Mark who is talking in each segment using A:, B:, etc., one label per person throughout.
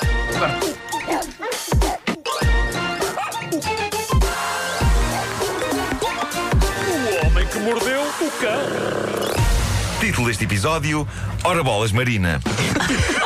A: Agora.
B: O homem que mordeu o cão.
C: Título deste episódio: Ora Bolas Marina.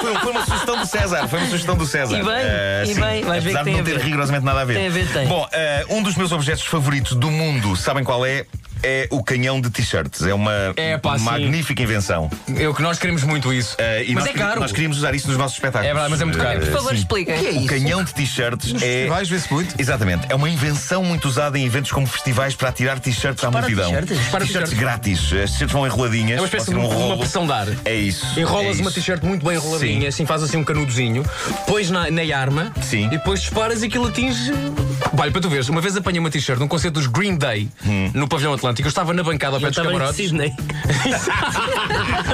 C: foi, foi uma sugestão do César. Foi uma sugestão do César.
D: E bem,
C: Eh,
D: e
C: sim,
D: bem, vais ver
C: apesar
D: que tem
C: de
D: a
C: não ter
D: ver.
C: rigorosamente nada a ver.
D: Tem a ver, tem.
C: Bom, eh, um dos meus objetos favoritos do mundo, sabem qual é? É o canhão de t-shirts. É uma
A: É, pá, sim.
C: magnífica invenção.
A: Eu que nós queremos muito isso.
C: Eh, e
A: mas
C: nós,
A: é caro.
C: Nós queríamos usar isso nos nossos espetáculos.
A: É verdade, mas é muito caro.
C: Eh,
D: Por favor,
C: sim.
D: expliquem.
A: É
C: o canhão de t-shirts é.
E: festivais vê-se muito.
C: Exatamente. É uma invenção muito usada em eventos como festivais para atirar t-shirts à multidão.
A: t-shirts? Para
C: T-shirts
A: t-shirts.
C: grátis. As t-shirts vão enroladinhas.
A: É uma espécie de
C: pode ser um
A: uma
C: rolo.
A: pressão de ar.
C: É isso. é
A: Enrolas
C: isso.
A: uma t-shirt muito bem enroladinha,
C: Sim.
A: assim faz assim um canudozinho, pões na, na arma
C: Sim.
A: e depois disparas e aquilo atinge. Vale, para tu veres, uma vez apanhei uma t-shirt num concerto dos Green Day no Pavilhão Atlântico, eu estava na bancada ao pé
D: Eu
A: dos
D: estava em
A: camarotes.
D: Sydney.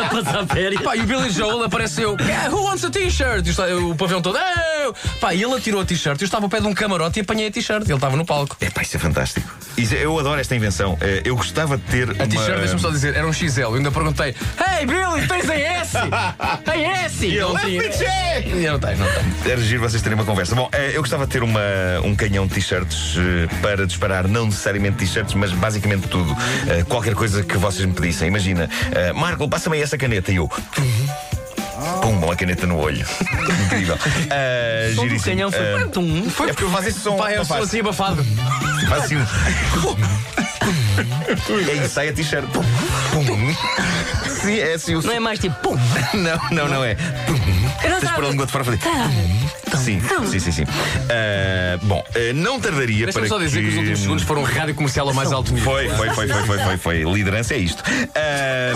D: a passar férias.
A: Pá, e o Billy Joel apareceu. "Yeah, Who wants a t-shirt? E está- O pavilhão todo. "Eu!" Pá, e ele atirou a t-shirt. Eu estava ao pé de um camarote e apanhei a t-shirt. Ele estava no palco.
C: É pá, isso é fantástico. Isso- é, eu adoro esta invenção. Eh, Eu gostava de ter.
A: A t-shirt,
C: uma...
A: deixa-me só dizer, era um XL. Eu ainda perguntei: Hey Billy, tens a S? A S? E ele tinha. E eu, não tem, não tem.
C: Era É giro vocês terem uma conversa. Bom, eh, eu gostava de ter uma, um canhão de t-shirts eh, para disparar, não necessariamente t-shirts, mas basicamente tudo. Eh, qualquer coisa que vocês me pedissem. Imagina, eh, Marco, passa-me aí essa caneta e eu. Pum, uma caneta no olho. Incrível. Eh,
D: O som do
C: giríssimo.
D: canhão foi
A: É.
C: Eh,
D: tum.
C: Foi porque eu faço esse som.
A: Pá, eu
C: não
A: sou
C: faço.
A: assim abafado.
C: Faz assim. um- É isso, sai a t-shirt. Pum, pum. Sim, é assim o som.
D: Não é mais tipo pum.
C: Não, não, não é.
D: Eu não
C: Tens
D: tava-
C: para a língua de fora fazer. Sim, sim, sim, sim. Ah, bom, ah, não tardaria para Tipo,
A: Deixa-me só dizer que... os últimos segundos foram rádio comercial ao mais alto nível.
C: foi, foi, foi, foi, foi, foi, foi. Liderança é isto. Ah,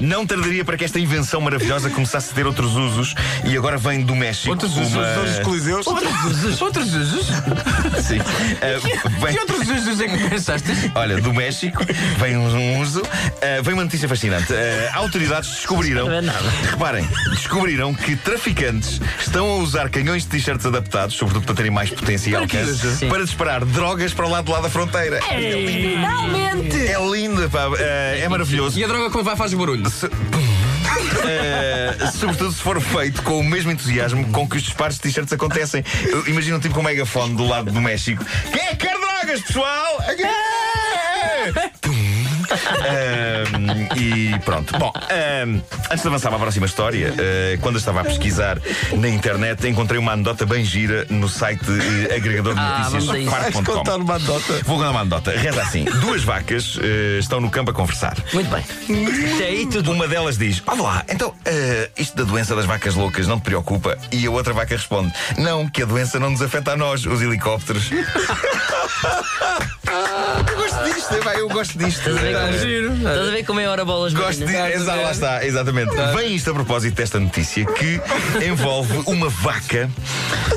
C: não tardaria para que esta invenção maravilhosa começasse a ter outros usos e agora vem do México.
A: Outros
C: tipo uma-
A: usos,
E: Os coliseus.
A: Outros usos?
C: Sim. Ah, vem-
A: Que outros usos é que pensaste?
C: Olha, do México, vem um, um uso. Ah, vem uma notícia fascinante. Ah, autoridades descobriram.
D: Não é nada.
C: Reparem, descobriram que traficantes estão a usar canhões de t-shirts adaptados, sobretudo para terem mais potência e
A: quê?
C: alcance,
D: Sim. É,
C: para disparar drogas para o lado de lá da fronteira.
D: Finalmente!
C: É linda, pá. Ah, é maravilhoso.
A: E a droga quando vai faz barulho?
C: Ah, sobretudo se for feito com o mesmo entusiasmo com que os disparos de t-shirts acontecem. Eu imagino um tipo com um megafone do lado do México. Quem é que quer drogas, pessoal? Ahm, Eh, e pronto. Bom, ahm, antes de avançar para a próxima história, ah, quando eu estava a pesquisar na internet, encontrei uma anedota bem gira no site eh, agregador de
D: Ah,
C: notícias
D: vamos a isso.
C: fark ponto com.
E: Contar uma anedota.
C: Vou contar uma anedota. Reza assim: duas vacas eh, estão no campo a conversar.
D: Muito bem. é Até aí tudo.
C: É, Uma delas diz: Olha lá, então eh, isto da doença das vacas loucas não te preocupa? E a outra vaca responde: Não, que a doença não nos afeta a nós, os helicópteros. eu gosto disto, eh, pá, eu gosto disto.
D: Estás a
C: Eh,
D: ver como-
A: É, Giro.
D: Estás a ver como é hora bolas
C: Gosto de.
D: marinas?
C: Exato, lá está, exatamente.
A: Tá.
C: Vem isto a propósito desta notícia que envolve uma vaca.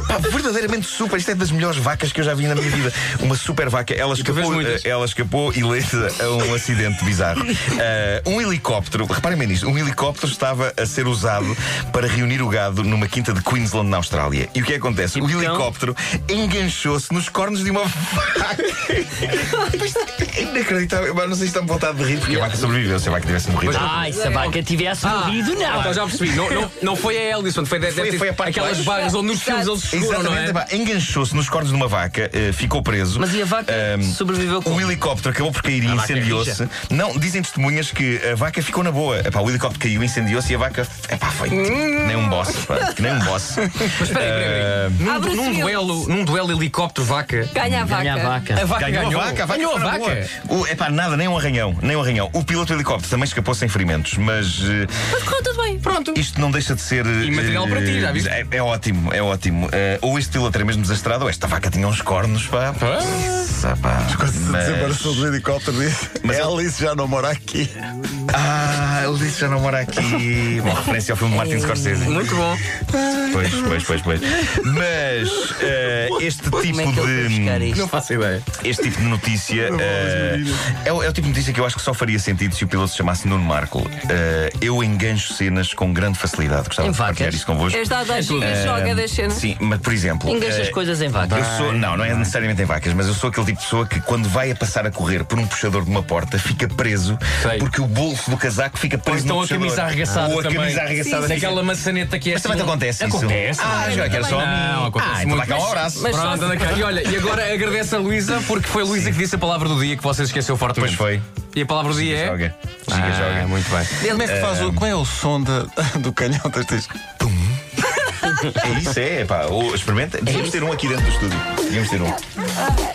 C: Pá, verdadeiramente super. Isto é das melhores vacas que eu já vi na minha vida. Uma super vaca. Ela escapou, eh,
A: vês muitas.
C: ela escapou ilesa a um acidente bizarro. Ah, um helicóptero, reparem bem nisto, um helicóptero estava a ser usado para reunir o gado numa quinta de Queensland, na Austrália. E o que é que acontece?
D: E
C: o
D: então?
C: helicóptero enganchou-se nos cornos de uma vaca. Isto é Inacreditável. Mas não sei se está-me vontade de rir, porque a vaca sobreviveu. Se a vaca tivesse morrido.
D: Ai, se a Ah, é vaca tivesse morrido, não.
A: Ah. Então já percebi, não, não, não foi a Ellison, foi, deve
C: Foi-
A: ter-
C: foi a parte
A: aquelas
C: de
A: barras onde nos filmes eles seguram, não
C: Exatamente,
A: é?
C: pá, enganchou-se nos cornos de uma vaca, eh, ficou preso.
D: Mas e a vaca
A: Ehm,
C: Ahm,
D: sobreviveu com
C: O helicóptero acabou por cair e
D: vaca é
C: incendiou-se. Não, dizem testemunhas que a vaca ficou na boa. Epá, o helicóptero caiu, incendiou-se e a vaca. Epá, foi. que Nem um boss, pá, que nem um boss.
A: Hum. Mas espera aí, espera aí, espera aí. Num-
F: Abre-se
A: Num
F: eles.
A: duelo, num duelo helicóptero-vaca,
F: Ganha a vaca.
D: Ganha a vaca.
A: vaca
C: Ah, Ganhou, a vaca, a vaca.
A: Ganhou a
C: ficou na
A: vaca.
C: boa. O, epá, nada, nem um arranhão, nem um arranhão. O piloto do helicóptero também escapou sem ferimentos, mas. eh,
F: Mas correu tudo bem.
A: Pronto.
C: Isto não deixa de ser.
A: E material
C: eh,
A: para ti, já viste?
C: É, é ótimo, é ótimo. Eh, ou este piloto era mesmo desastrado, ou esta vaca tinha uns cornos, pá.
D: Ah.
C: Nossa, pá. Mas,
E: Desembaraçou do helicóptero e disse: Alice já não mora aqui.
C: ah, ele disse já não mora aqui. Uma referência ao filme de Martin Scorsese.
A: Muito bom.
C: Pois, pois, pois, pois. Mas eh, este
D: Como
C: tipo
D: é que eu vou buscar
C: de.
D: isto?
A: faço ideia.
C: Este tipo de notícia eh, é, o, é o tipo de notícia que eu acho que só faria sentido se o piloto se chamasse Nuno Marco. Eh, eu engancho cenas com grande facilidade. Gostava
D: Em
C: de partilhar
D: vacas? É
C: isso convosco.
F: Esta a dar giga joga das cenas.
C: É. Sim, mas por exemplo.
D: Engancha as
C: eh,
D: coisas em vaca.
C: Eu sou, não, não é necessariamente em vacas, mas eu sou aquele tipo de pessoa que quando vai a passar a correr por um puxador de uma porta fica preso
A: Sei.
C: porque o bolso do casaco fica fica
A: Ou
C: preso
A: então
C: no
A: a camisa
C: puxador.
A: arregaçada
C: Ou a
A: também.
C: camisa arregaçada. fica-
A: Daquela maçaneta que é
C: Mas também te
A: assim-
C: acontece isso.
A: Acontece.
C: Ah, já que era só a mim.
A: Não, acontece
C: Ah, então dá
A: muito.
C: cá um abraço.
F: Mas
A: Pronto,
F: só-
A: anda cá. E olha, e agora agradeço a Luísa porque foi a Luísa que disse a palavra do dia que você esqueceu
C: Pois
A: fortemente.
C: foi.
A: E a palavra do dia é.
C: Joga. Siga,
A: Ah,
C: joga.
A: Muito bem.
E: Como é que faz o. Como é o som da- do canhão das três?
C: É isso, é, pá. Ou experimenta. Devíamos ter um aqui dentro do estúdio. Devíamos ter um.